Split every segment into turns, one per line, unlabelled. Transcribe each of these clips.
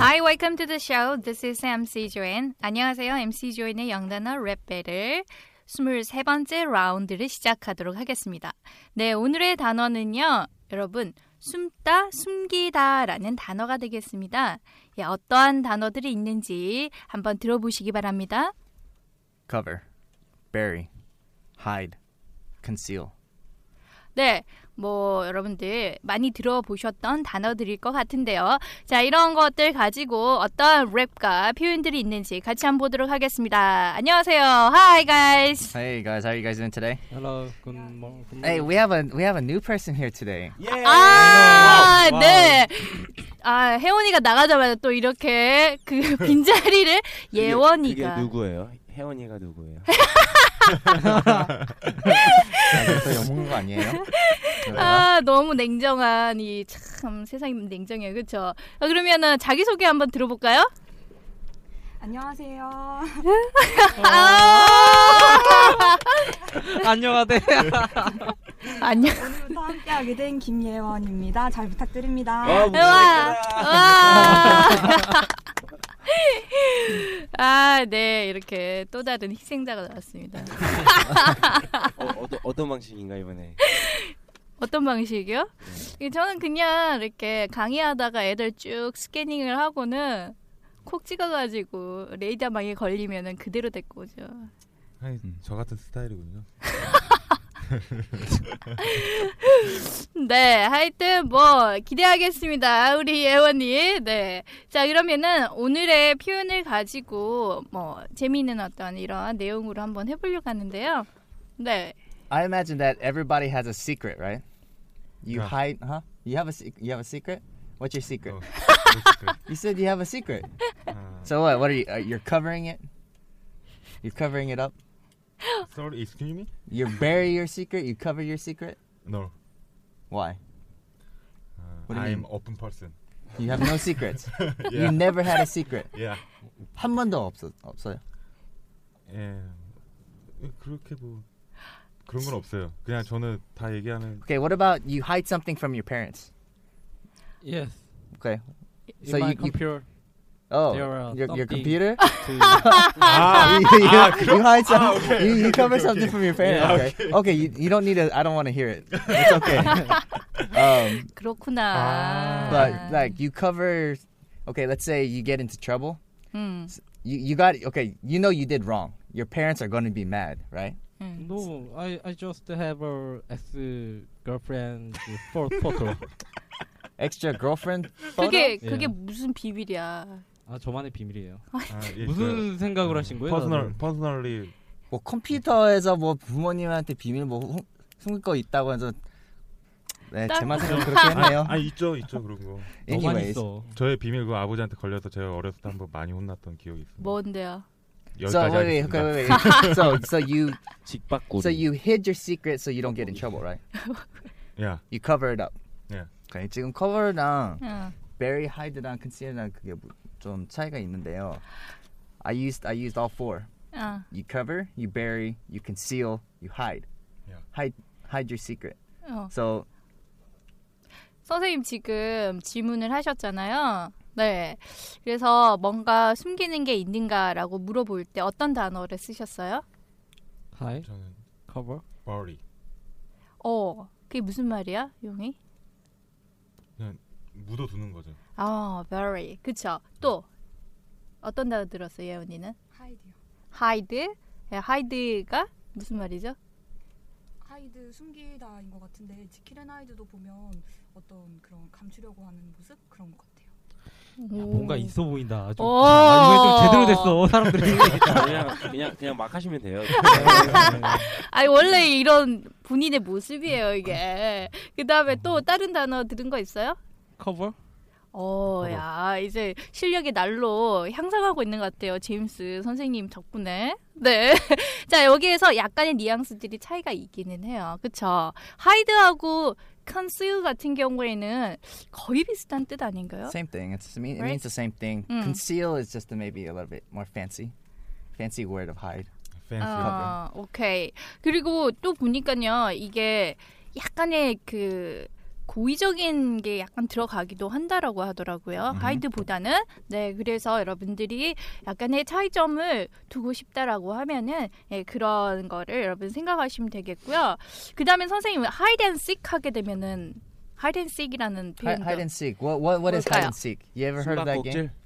Hi, welcome to the show. This is MC Joanne. 안녕하세요. MC Joanne의 영단어 랩 배틀 23번째 라운드를 시작하도록 하겠습니다. 네, 오늘의 단어는요. 여러분, 숨다, 숨기다라는 단어가 되겠습니다. 예, 어떠한 단어들이 있는지 한번 들어보시기 바랍니다.
cover, bury, hide, conceal.
네, 뭐 여러분들 많이 들어보셨던 단어들일 것 같은데요. 자, 이런 것들 가지고 어떤 랩과 표현들이 있는지 같이 한번 보도록 하겠습니다. 안녕하세요. Hi guys.
Hey guys, how are you guys doing today?
Hello, good morning.
Hey, we have a we have a new person here today.
예.
아,
와우, 와우.
네. 아, 혜원이가 나가자마자 또 이렇게 그 빈자리를 예원이가
그게 누구예요? 혜원이가 누구예요?
그래서 욕먹는 거 아니에요? Uh,
아, 너무 냉정한 이 참 세상이 냉정해요. 그렇죠? 아, 그러면은 자기 소개 한번 들어볼까요?
안녕하세요.
아!
안녕하대.
안녕.
오늘부터 함께하게 된 김예원입니다. 잘 부탁드립니다.
아, 뭐-
우와. 우와. 아, 네. 이렇게 또 다른 희생자가 나왔습니다.
어, 어떤 어떤 방식인가 이번에? 네.
어떤 방식이요? 이게 저는 그냥 이렇게 강의하다가 애들 쭉 스캐닝을 하고는 콕 찍어가지고 레이더망에 걸리면은 그대로 데리고 오죠.
아니, 저 같은 스타일이군요.
네, 하여튼 뭐 기대하겠습니다. 우리 예원이. 네. 자, 그러면은 오늘의 표현을 가지고 뭐 재미있는 어떤 이런 내용으로 한번 해보려고 하는데요. 네.
I imagine that everybody has a secret, right? You
Yeah. Oh,
hide, huh? You have a sec- you have a secret? What's your secret?
어, 그랬을
You said you have a secret.
때. 아,
So what? What are you? Are, you're covering it. You're covering it up.
sorry, excuse me?
You bury your secret. You cover your secret.
No.
Why?
아,
What do you
I'm
mean?
open person.
You have no secrets. You
yeah.
never had a secret.
yeah.
한 번도 없어 없어요.
예. 예, 그렇게 뭐 그런 건 없어요. 그냥 저는 다 얘기하는
Okay, what about you hide something from your parents?
Yes.
Okay.
In
So
my
you- you-
computer.
Oh,
There are
your, your
something.
computer?
To...
아,
you, you- you hide some, you, you cover
Ah, okay,
something
okay.
from your parents.
Yeah,
okay. okay. you, you don't need to, I don't want to hear it. It's okay. um, 아,
그렇구나.
but like you cover, okay, let's say you get into trouble.
음.
You, you got, okay, you know you did wrong. Your parents are going to be mad, right?
음.
No, I I just have a ex girlfriend for photo.
Extra girlfriend photo?
그게
예.
그게 무슨 비밀이야.
아 저만의 비밀이에요.
아, 예,
무슨 생각을 하신
그
거예요?
퍼스널
다들?
퍼스널리
뭐 컴퓨터에서 뭐 부모님한테 비밀 뭐 훔- 숨길 거 있다고 해서 네,
딴-
제만 생각 그렇게 했네요.
아, 있죠. 있죠. 그런 거.
너만
Anyways.
있어.
저의 비밀 그 아버지한테 걸려서 제가 어렸을 때 한번 많이 혼났던 기억이 있습니다.
뭔데요?
So
여기까지
뭐, wait, wait, okay, wait, wait.
하겠습니다.
so so you
직박고.
so you hid your secret so you don't get in trouble, right?
야.
You cover it up.
Yeah.
Okay, 지금 cover랑
응.
bury, hide랑 conceal랑 그게 뭐- 좀 차이가 있는데요. I used I used all four.
응.
You cover, you bury, you conceal, you hide.
Yeah.
Hide hide your secret.
어.
So
선생님 지금 질문을 하셨잖아요. 네. 그래서 뭔가 숨기는 게 있는가라고 물어볼 때 어떤 단어를 쓰셨어요?
Hi,
저는
cover.
버리.
어. 그게 무슨 말이야, 용이?
묻어두는 거죠.
아, very. 그쵸. 또 어떤 단어 들었어요, 예언이는?
하이드요.
hide. 예, hide가 무슨 말이죠?
하이드 숨기다인 것 같은데 지킬앤 하이드도 보면 어떤 그런 감추려고 하는 모습 그런 것 같아요.
야, 뭔가 있어 보인다. 아주.
음. 오.
아, 이번에 좀 제대로 됐어 사람들이.
그냥 그냥 그냥 막 하시면 돼요.
아니 원래 이런 본인의 모습이에요 이게. 그 다음에 또 다른 단어 들은 거 있어요?
커버?
어, 야 이제 실력이 날로 향상하고 있는 것 같아요 제임스 선생님 덕분에. 네. 자 여기에서 약간의 뉘앙스들이 차이가 있기는 해요. 그쵸? 하이드하고 conceal 같은 경우에는 거의 비슷한 뜻 아닌가요?
Same thing. It's, it mean- it
Oh. Right?
means the same thing.
Mm.
Conceal is just maybe a little bit more fancy, fancy word of hide.
Fancy.
어.
아, 오케이. 그리고 또 보니까요, 이게 약간의 그 고의적인 게 약간 들어가기도 한다라고 하더라고요.
음.
하이드보다는 네, 그래서 여러분들이 약간의 차이점을 두고 싶다라고 하면은 예, 그런 거를 여러분 생각하시면 되겠고요. 그다음에 선생님 하이드 앤 식 하게 되면은 하이드 앤 식이라는
Hi-
표현도
hide and seek. What what what is hide and seek? You ever heard of that game?
숨바꼭질.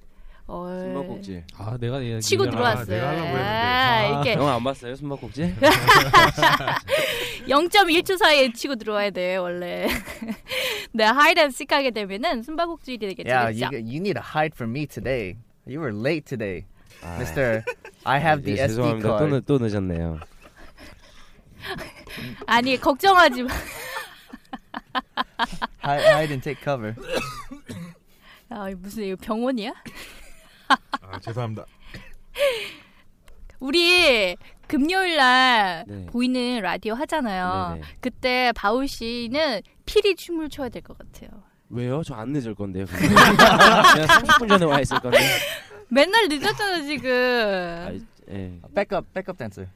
어,
숨바꼭질.
아 내가 얘
치고
얘기를-
들어왔어.
들어왔어요.
내가 하려고 했는데.
아, 이게
영화 안 봤어요? 숨바꼭질?
0.1초 사이에 치고 들어와야 돼 원래. 네 하이랜식 하게 되면은 숨바꼭질이 되겠죠.
Yeah,
그죠?
you g- you need to hide from me today. You were late today,
아,
Mister. I have
이제
the 네, SD
죄송합니다. 또,
card.
늦- 또 늦었네요.
아니 걱정하지 마.
Hide, hide and take cover.
아, 이거 무슨 이거 병원이야?
아, 죄송합니다.
우리 금요일 날
네.
보이는 라디오 하잖아요.
네네.
그때 바울 씨는 피리 춤을 춰야 될 것 같아요.
왜요? 저 안 늦을 건데요. 그냥 30분 전에 와 있을 건데.
맨날 늦었잖아 지금.
아, 예.
Backup backup dancer.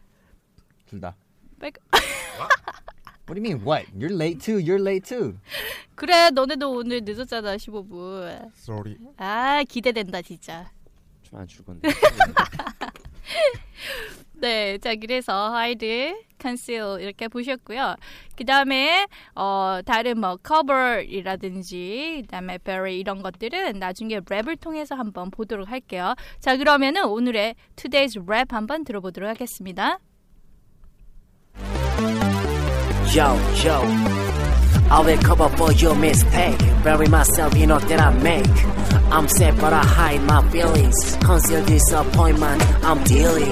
둘다.
Back-
What do you mean? What? You're late too. You're late too.
그래 너네도 오늘 늦었잖아 15분.
Sorry.
어.
아 기대된다 진짜.
좀 안 줄 건데.
네, 자 그래서 하이드, 컨실 이렇게 보셨고요. 그 다음에 어, 다른 뭐 커버이라든지 그다음에 베리 이런 것들은 나중에 랩을 통해서 한번 보도록 할게요. 자 그러면은 오늘의 Today's Rap 한번 들어보도록 하겠습니다.
Yo, yo. I'll recover for your mistake. Bury myself, you know that I make. I'm sad, but I hide my feelings. Conceal disappointment, I'm dealing.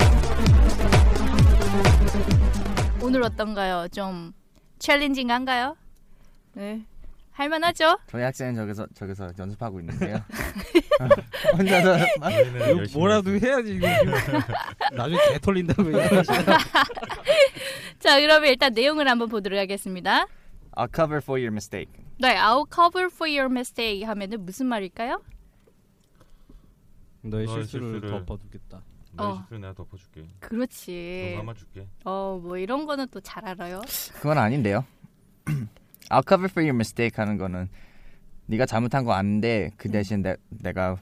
오늘 어떤가요? 좀 챌린징한가요? 네, 할만하죠?
저희 학생은 저기서 저기서 연습하고 있는데요. 혼자서 막
저희는 아, 열심히
이거 뭐라도
했습니다.
해야지 이거. 나중에 개 털린다고 이거.
자 그러면 일단 내용을 한번 보도록 하겠습니다.
I'll cover for your mistake.
네, I'll cover for your mistake 하면은 무슨 말일까요?
너의
너의
실수를
실수를.
덮어두겠다.
너의
어.
실수를 내가 덮어줄게.
그렇지.
예.
너 감아줄게.
어, 뭐 이런 거는 또 잘 알아요.
그건 아닌데요. I'll cover for your mistake 하는 거는 네가 잘못한 거 아는데 그 대신 내, 내가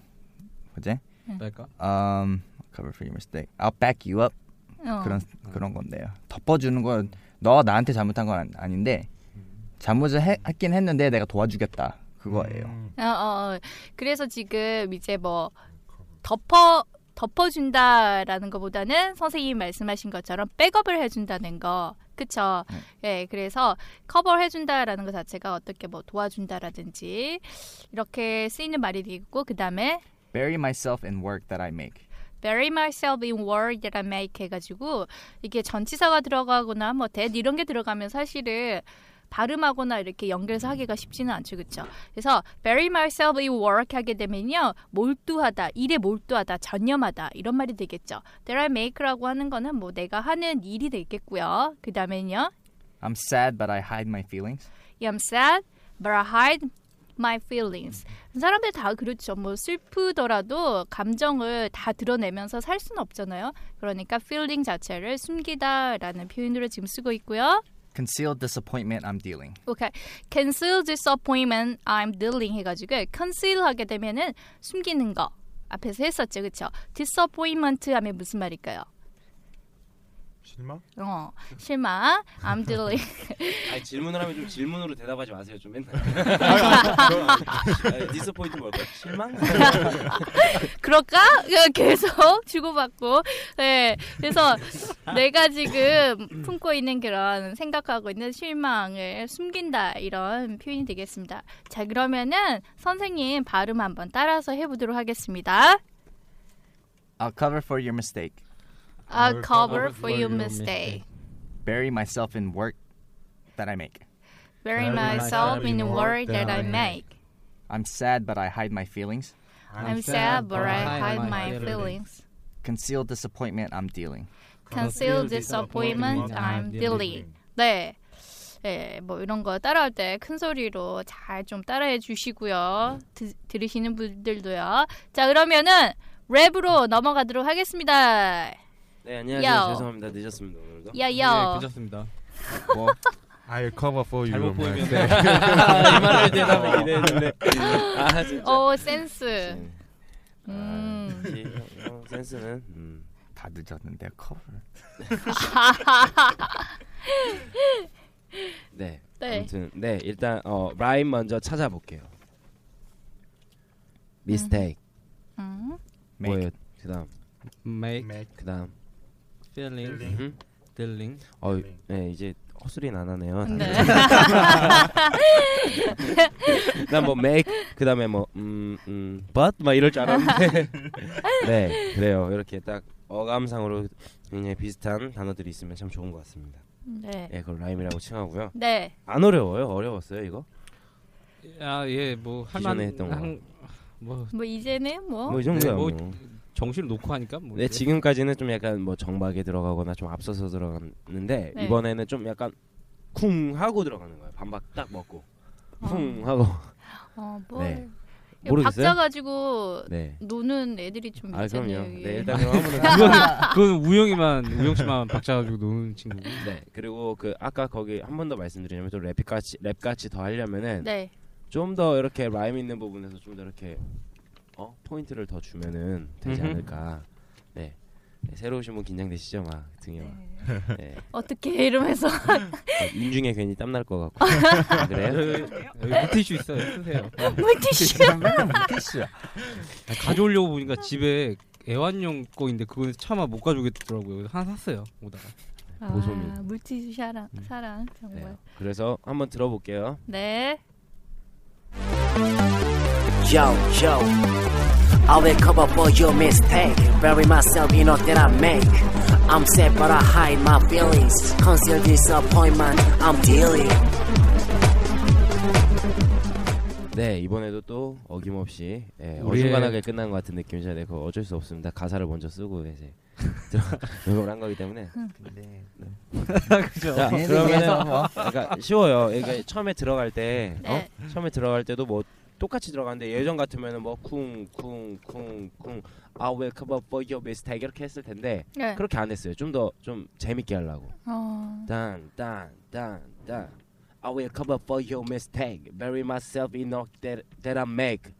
뭐지?
그러니까
Um, cover for your mistake. I'll back you up
어.
그런 그런 건데요. 덮어주는 건 너 나한테 잘못한 건 아- 아닌데 잘못을 해- 했긴 했는데 내가 도와주겠다 그거예요.
음,
어, 어, 어. 그래서 지금 이제 뭐 덮어 덮어준다라는 것보다는 선생님이 말씀하신 것처럼 백업을 해준다는 거, 그쵸?
네.
예, 그래서 커버를 해준다라는 것 자체가 어떻게 뭐 도와준다라든지 이렇게 쓰이는 말이 있고 그 다음에
Bury myself in work that I make.
bury myself in world that I make 해가지고 이게 전치사가 들어가거나 뭐 that 이런 게 들어가면 사실은 발음하거나 이렇게 연결해서 하기가 쉽지는 않죠, 그렇죠? 그래서 bury myself in work 하게 되면요, 몰두하다, 일에 몰두하다, 전념하다 이런 말이 되겠죠. That I make라고 하는 거는 뭐 내가 하는 일이 되겠고요. 그 다음에는요,
I'm sad but I hide my feelings.
I'm sad, but I hide my feelings. 사람들 다 그렇죠. 뭐 슬프더라도 감정을 다 드러내면서 살 수는 없잖아요. 그러니까 feeling 자체를 숨기다라는 표현으로 지금 쓰고 있고요.
Conceal disappointment I'm dealing.
오케이. Cancel disappointment I'm dealing 해가지고 conceal 하게 되면은 숨기는 거 앞에서 했었죠, 그렇죠? Disappointment 하면 무슨 말일까요?
실망?
어, 실망. I'm dealing.
아니 질문을 하면 좀 질문으로 대답하지 마세요 좀 맨날. 디스포인트 뭘까? 실망?
그럴까? 계속 주고받고. 네. 그래서 내가 지금 품고 있는 그런 생각하고 있는 실망을 숨긴다 이런 표현이 되겠습니다. 자, 그러면은 선생님 발음 한번 따라서 해보도록 하겠습니다.
I'll cover for your mistake.
I'll cover for your mistake.
Bury myself in work that I make.
Bury myself in the work that I make.
I'm sad but I hide my feelings.
I'm sad, but I hide my feelings.
Conceal disappointment I'm dealing.
Conceal disappointment I'm dealing. 네. 예, 뭐 이런 거 따라할 때 큰 소리로 잘 좀 따라해 주시고요. 드, 들으시는 분들도요. 자, 그러면은 랩으로 넘어가도록 하겠습니다.
네 안녕하세요
요.
죄송합니다 늦었습니다 오늘도.
야야.
예,
네,
괜찮습니다.
뭐,
I'll cover for you.
잘못 보이면
네.
아, 이 말을 대답을 기대했는데. 아 진짜.
어, 센스.
네. 아,
음.
역시 형, 형 센스는. 음.
다 늦었는데 cover.
네.
네.
아무튼 네 일단 어 라임 먼저 찾아볼게요. mistake
음.
Make.
뭐예요? 그다음
Make
그다음
feeling
음?
dealing.
어, 네 이제 헛소리는 안 하네요.
네.
난뭐 make 그다음에 뭐음음 but 막 이럴 줄 알았는데 네 그래요 이렇게 딱 어감상으로 굉장히 비슷한 단어들이 있으면 참 좋은 것 같습니다.
네.
네, 그걸 라임이라고 칭하고요.
네.
안 어려워요. 어려웠어요 이거?
아, 예, 뭐 할만
기존에 했던 거.
한- 뭐
뭐 이제는 뭐
뭐 이 정도야
네,
뭐.
뭐 정신을 놓고 하니까 뭐.
네
이제.
지금까지는 좀 약간 뭐 정박에 들어가거나 좀 앞서서 들어갔는데
네.
이번에는 좀 약간 쿵 하고 들어가는 거예요. 반박 딱 먹고
어.
쿵 하고
어, 뭐
네.
이거
모르겠어요?
박자 가지고
네.
노는 음, 애들이 좀
아
있잖아요.
그럼요.
여기.
네 일단 그럼 한번
그건 우영이만 우영 씨만 박자 가지고 노는 친구고.
네 그리고 그 아까 거기 한 번 더 말씀드리자면 또 랩 같이 랩 같이 더 하려면은
네.
좀 더 이렇게 라임 있는 부분에서 좀 더 이렇게 어 포인트를 더 주면은 되지
음흠.
않을까. 네. 네, 새로 오신 분 긴장되시죠, 막 등에 막.
네.
네. 어,
어떻게 이러면서 네.
인중에 괜히 땀 날 것 같고. 안 그래요?
아, 여기 물티슈 있어요. 쓰세요.
물티슈
맨날 뭐 티슈야.
아, 가져오려고 보니까 집에 애완용 거인데 그거는 차마 못 가져오겠더라고요. 그래서 하나 샀어요. 오다가.
보소민.
아, 물티슈 사랑 사랑
네.
정말.
그래서 한번 들어볼게요.
네.
Yo, yo. I will cover for your mistake. Bury myself in all that I make. I'm sad, but I hide my feelings. Conceal disappointment I'm dealing.
네, 이번에도 또 어김없이 예,
우리의-
어중간하게 끝난 것 같은 느낌이 잖아요. 그 어쩔 수 없습니다. 가사를 먼저 쓰고 이제 들어걸 한 거기 때문에.
음.
네.
근데
네. 그죠.
자,
얘는
그러면은
그래서 뭐
그러니까 쉬워요. 그러니까 처음에 들어갈 때,
네.
어? 처음에 들어갈 때도 뭐 똑같이 들어가는데 예전 같으면은 뭐 뭐쿵쿵쿵쿵 아 웰컴 업 for your mistake 이렇게 했을 텐데
네.
그렇게 안 했어요. 좀 더 좀 재밌게 하려고.
어.
딴딴딴딴 I will cover for your mistake. Bury myself in all that, that I make.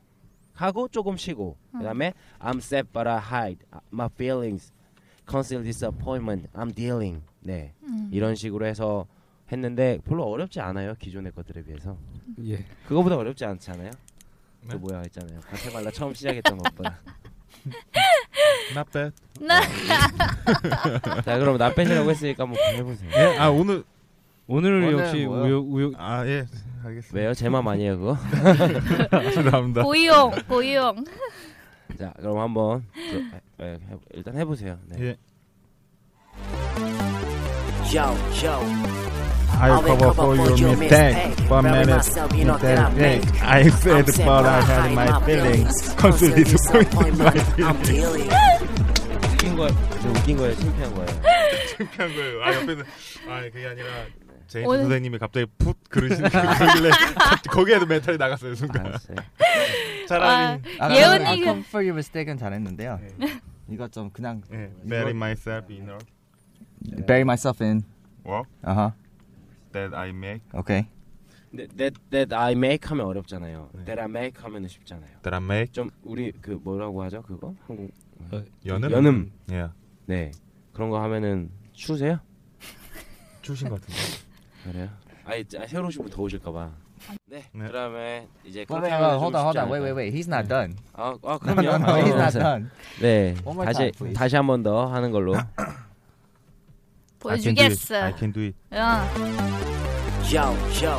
하고 조금 쉬고 그다음에 I'm sad but I hide my feelings. Conceal disappointment. I'm dealing. 네
음.
이런 식으로 해서 했는데 별로 어렵지 않아요 기존의 것들에 비해서.
예.
그거보다 어렵지 않잖아요.
네?
그 뭐야 했잖아요. 과테말라 처음 시작했던 것보다.
Not bad.
나
자 그럼 나 빼시라고 했으니까 한번 해보세요.
예, 아 오늘
오늘
오늘
역시
뭐요?
우영 우영
아 예, 알겠습니다.
왜요? 제 맘 아니에요 그거?
죄송합니다.
고이용 고이용.
자 그럼 한번 그, 에, 에, 해- 일단 해보세요. 네.
예,
Yo, yo.
I'll cover for your mistake. But minute mistake. make. I said but I had my feelings. Conceal disappointment my
I'm
feelings.
dealing.
웃긴 거 진짜 웃긴 거예요. 창피한 거예요.
창피한 거예요. 아 옆에는 아 그게 아니라 제인
오늘-
선생님이 갑자기 푹 그러시는 그러길래 갑자기 거기에도 멘탈이 나갔어요 순간.
알았어요.
차라리
아,
예언이가-
I'll cover for your mistake은 잘했는데요. 이거 좀 그냥
예, bury myself in all
bury myself in. Uh-huh.
work
아하.
that I make.
오케이.
근데 that that 네, I make 하면 어렵잖아요.
네.
That I make 하면 쉽잖아요.
That I make.
좀 우리 그 뭐라고 하죠 그거? 한국
어, 연음.
연음.
예.
네 그런 거 하면은 추세요?
추신 것 같은데.
그래요? 아니 아, 새로 오시면 더우실까봐. 네. 그다음에 이제
Wait, wait, wait, hold on, hold on, wait, wait, wait. He's not done.
아, 아 그럼요.
No, no, no, he's not
아,
done.
네.
One more
다시
time, please.
다시 한 번 더 하는 걸로.
보여주겠어.
I can do it.
아.
Yo, yo.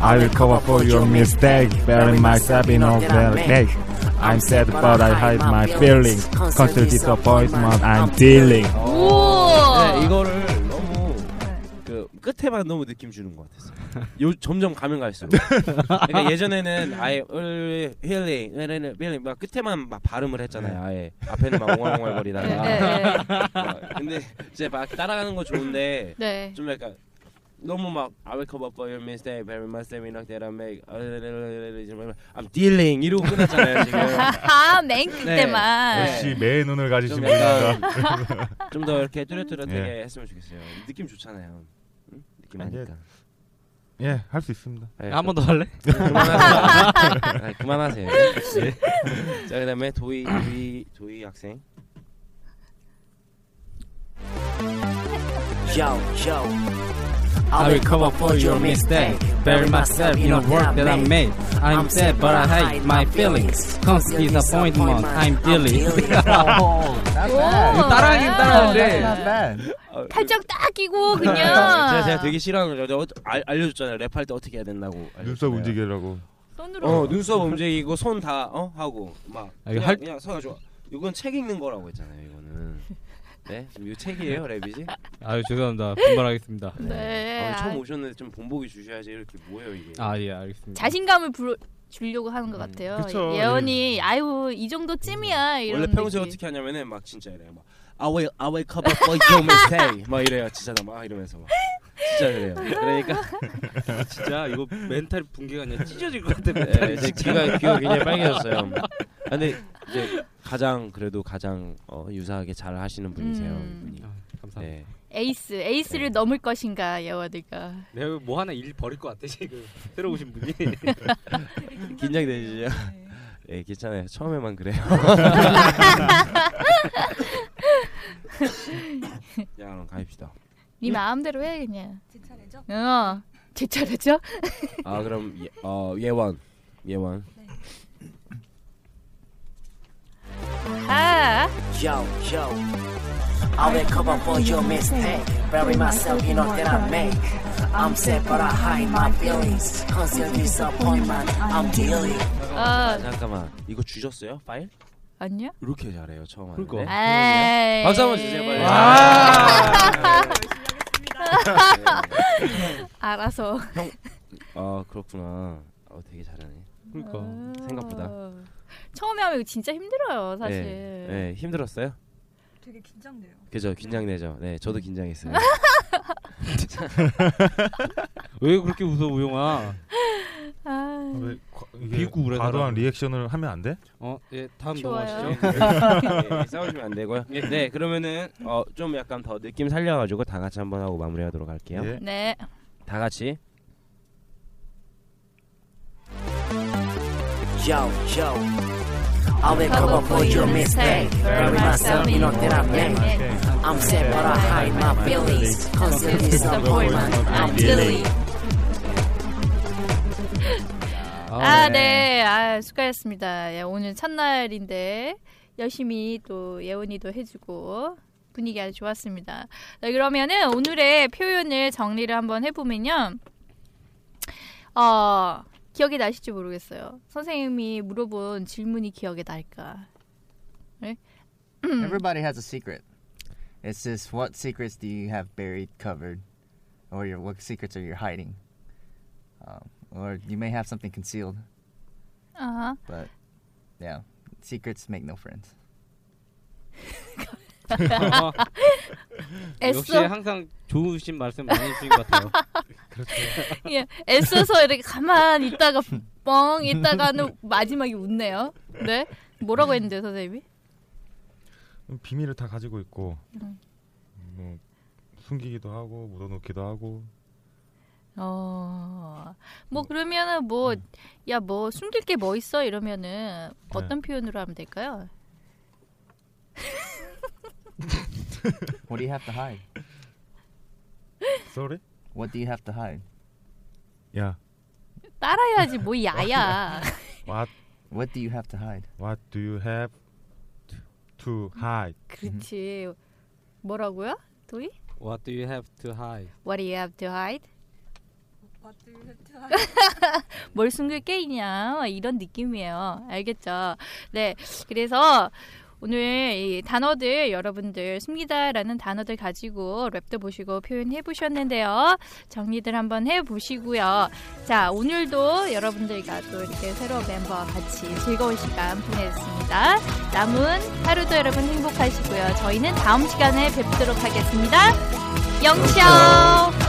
I will cover for your mistake, bury myself in all their cake. I'm sad, but I hide my feelings. Constant disappointment I'm dealing.
아,
어.
네, 이거를 너무 그 끝에만 너무 느낌 주는 것 같았어요. 요 점점 가면 갈수록. 그러니까 예전에는 아예 을, 힐링, 힐링, 힐링 막 끝에만 막 발음을 했잖아요. 아예 앞에는 막 옹알옹알거리다가.
네, 네.
어, 근데 이제 막 따라가는 거 좋은데
네.
좀 약간 너무 막 I will cover for your mistake, very much that we knock that I make. I'm dealing 이러고 끝났잖아요 지금.
아, 맨 그때만.
네,
역시 매의 눈을 가지신
좀
분이다.
약간 좀더 이렇게 뚜렷뚜렷하게
예.
했으면 좋겠어요. 느낌 좋잖아요. 응? 느낌 아니까.
예, 할 수 있습니다.
예,
네, 한번
그-
더 할래?
그만하세요. 아, 그만하세요. 예.
네.
자 그다음에 도희 도희 도희 학생.
Yo, yo.
I will cover for your mistake. Bury myself in the work that I made. I'm sad, but I hide my feelings. Constant disappointment I'm dealing.
아,
이거
따라하긴 따라하는데.
Not bad.
팔짱 딱 끼고 그냥.
아, 그 제가, 제가 되게 싫어하는 거죠. 내가 어- 알, 알려줬잖아요. 랩할 때 어떻게 해야 된다고.
눈썹 움직이라고.
손으로.
어 눈썹 움직이고 손 다 어 하고 막
아, 이거
그냥
할-
그냥 서가 좋아. 이건 책 읽는 거라고 했잖아요. 이거는. 네 지금 이거 책이에요 랩이지?
아유 죄송합니다. 분발하겠습니다.
네.
어, 처음
아,
오셨는데 좀 본보기 주셔야지 이렇게 뭐예요 이게.
아 예 알겠습니다.
자신감을 불어 주려고 하는 것 같아요.
그쵸,
예언이 아유 이 정도 찜이야 이런
원래 평소에
느낌.
어떻게 하냐면은 막 진짜 이래요. 막 I will I will cover for your mistake. 막 이래요. 진짜 막 아, 이러면서 막 진짜 그래요. 그러니까
진짜 이거 멘탈 붕괴가 아니라 찢어질 것
네,
같아.
예,
멘탈이
이제
진짜.
귀가 귀가 굉장히 빨개졌어요. 아, 근데 이제 가장 그래도 가장 어, 유사하게 잘 하시는 분이세요.
음.
이분이.
아, 감사합니다.
네.
에이스 에이스를
네.
넘을 것인가 예언이가. 네
내가 뭐 하나 일 버릴 것 같아 지금 새로 오신 분이.
긴장되시죠? 네, 괜찮아요. 처음에만 그래요. 야, 그럼 가입시다.
네 마음대로 해 그냥.
제 차례죠?
어. 제 차례죠?
아, 그럼 예, 어, 예원. 예원.
아.
Yo, yo. I will cover for your mistake. Bury myself in all that I make. I'm sad, but I hide my feelings. Constant disappointment, I'm dealing.
아.
잠깐만. 이거 주셨어요? 파일?
아니야?
이렇게 잘해요, 처음 하는데.
아,
그러니까.
에이.
박수 한번 주세요,
네.
빨리.
아.
알아서.
아, 그렇구나. 어, 되게 잘하네.
그러니까.
음.
생각보다.
처음에 하면 이거 진짜 힘들어요 어, 사실.
네, 네, 힘들었어요?
되게 긴장돼요.
그죠, 긴장되죠. 네, 저도 긴장했어요.
왜 그렇게 웃어 우영아?
아.
왜 과- 이게
비구울에
과도한
사람.
리액션을 하면 안 돼?
어, 예, 다음
좋아요.
넘어가시죠.
네, 싸우시면 안 되고요.
예.
네, 그러면은 어, 좀 약간 더 느낌 살려가지고 다 같이 한번 하고 마무리하도록 할게요.
예.
네.
다 같이.
Yo, yo. I will cover for your mistake. Bury myself in all that I make. I'm sad, but I hide my feelings. Constant disappointment, I'm dealing.
아, 네. 아, 수고하셨습니다. 예, 오늘 첫날인데 열심히 또 예원이도 해주고 분위기 아주 좋았습니다. 네, 그러면은 오늘의 표현을 정리를 한번 해보면요. 어, 기억이 나실지 모르겠어요. 선생님이 물어본 질문이 기억이 날까?
Everybody has a secret. It's just what secrets do you have buried, covered, or your what secrets are you hiding? Um, or you may have something concealed,
아하.
but yeah, secrets make no friends.
어, 역시
애써
항상 좋으신 말씀 많이 해주신 것 같아요.
예, 애써서 이렇게 가만 히 있다가 뻥 있다가는 마지막에 웃네요. 네, 뭐라고 했는데 선생님이?
비밀을 다 가지고 있고 뭐 숨기기도 하고 묻어놓기도 하고
어, 뭐 그러면은 뭐, 야, 뭐 숨길 게 뭐 있어?
네.
이러면은 어떤 표현으로 하면 될까요?
what do you have to hide?
Sorry?
What do you have to hide?
Yeah.
따라야지 뭐 야야.
What
What do you have to hide?
What do you have to hide?
그렇지. 뭐라고요? 도희?
What do you have to hide?
What do you have to hide?
What do you have to hide?
뭘 숨길 게 있냐 이런 느낌이에요. 알겠죠? 네, 그래서 오늘 이 단어들 여러분들 숨기다라는 단어들 가지고 랩도 보시고 표현해 보셨는데요. 정리들 한번 해 보시고요. 자, 오늘도 여러분들과 또 이렇게 새로운 멤버와 같이 즐거운 시간 보냈습니다. 남은 하루도 여러분 행복하시고요. 저희는 다음 시간에 뵙도록 하겠습니다. 영쇼!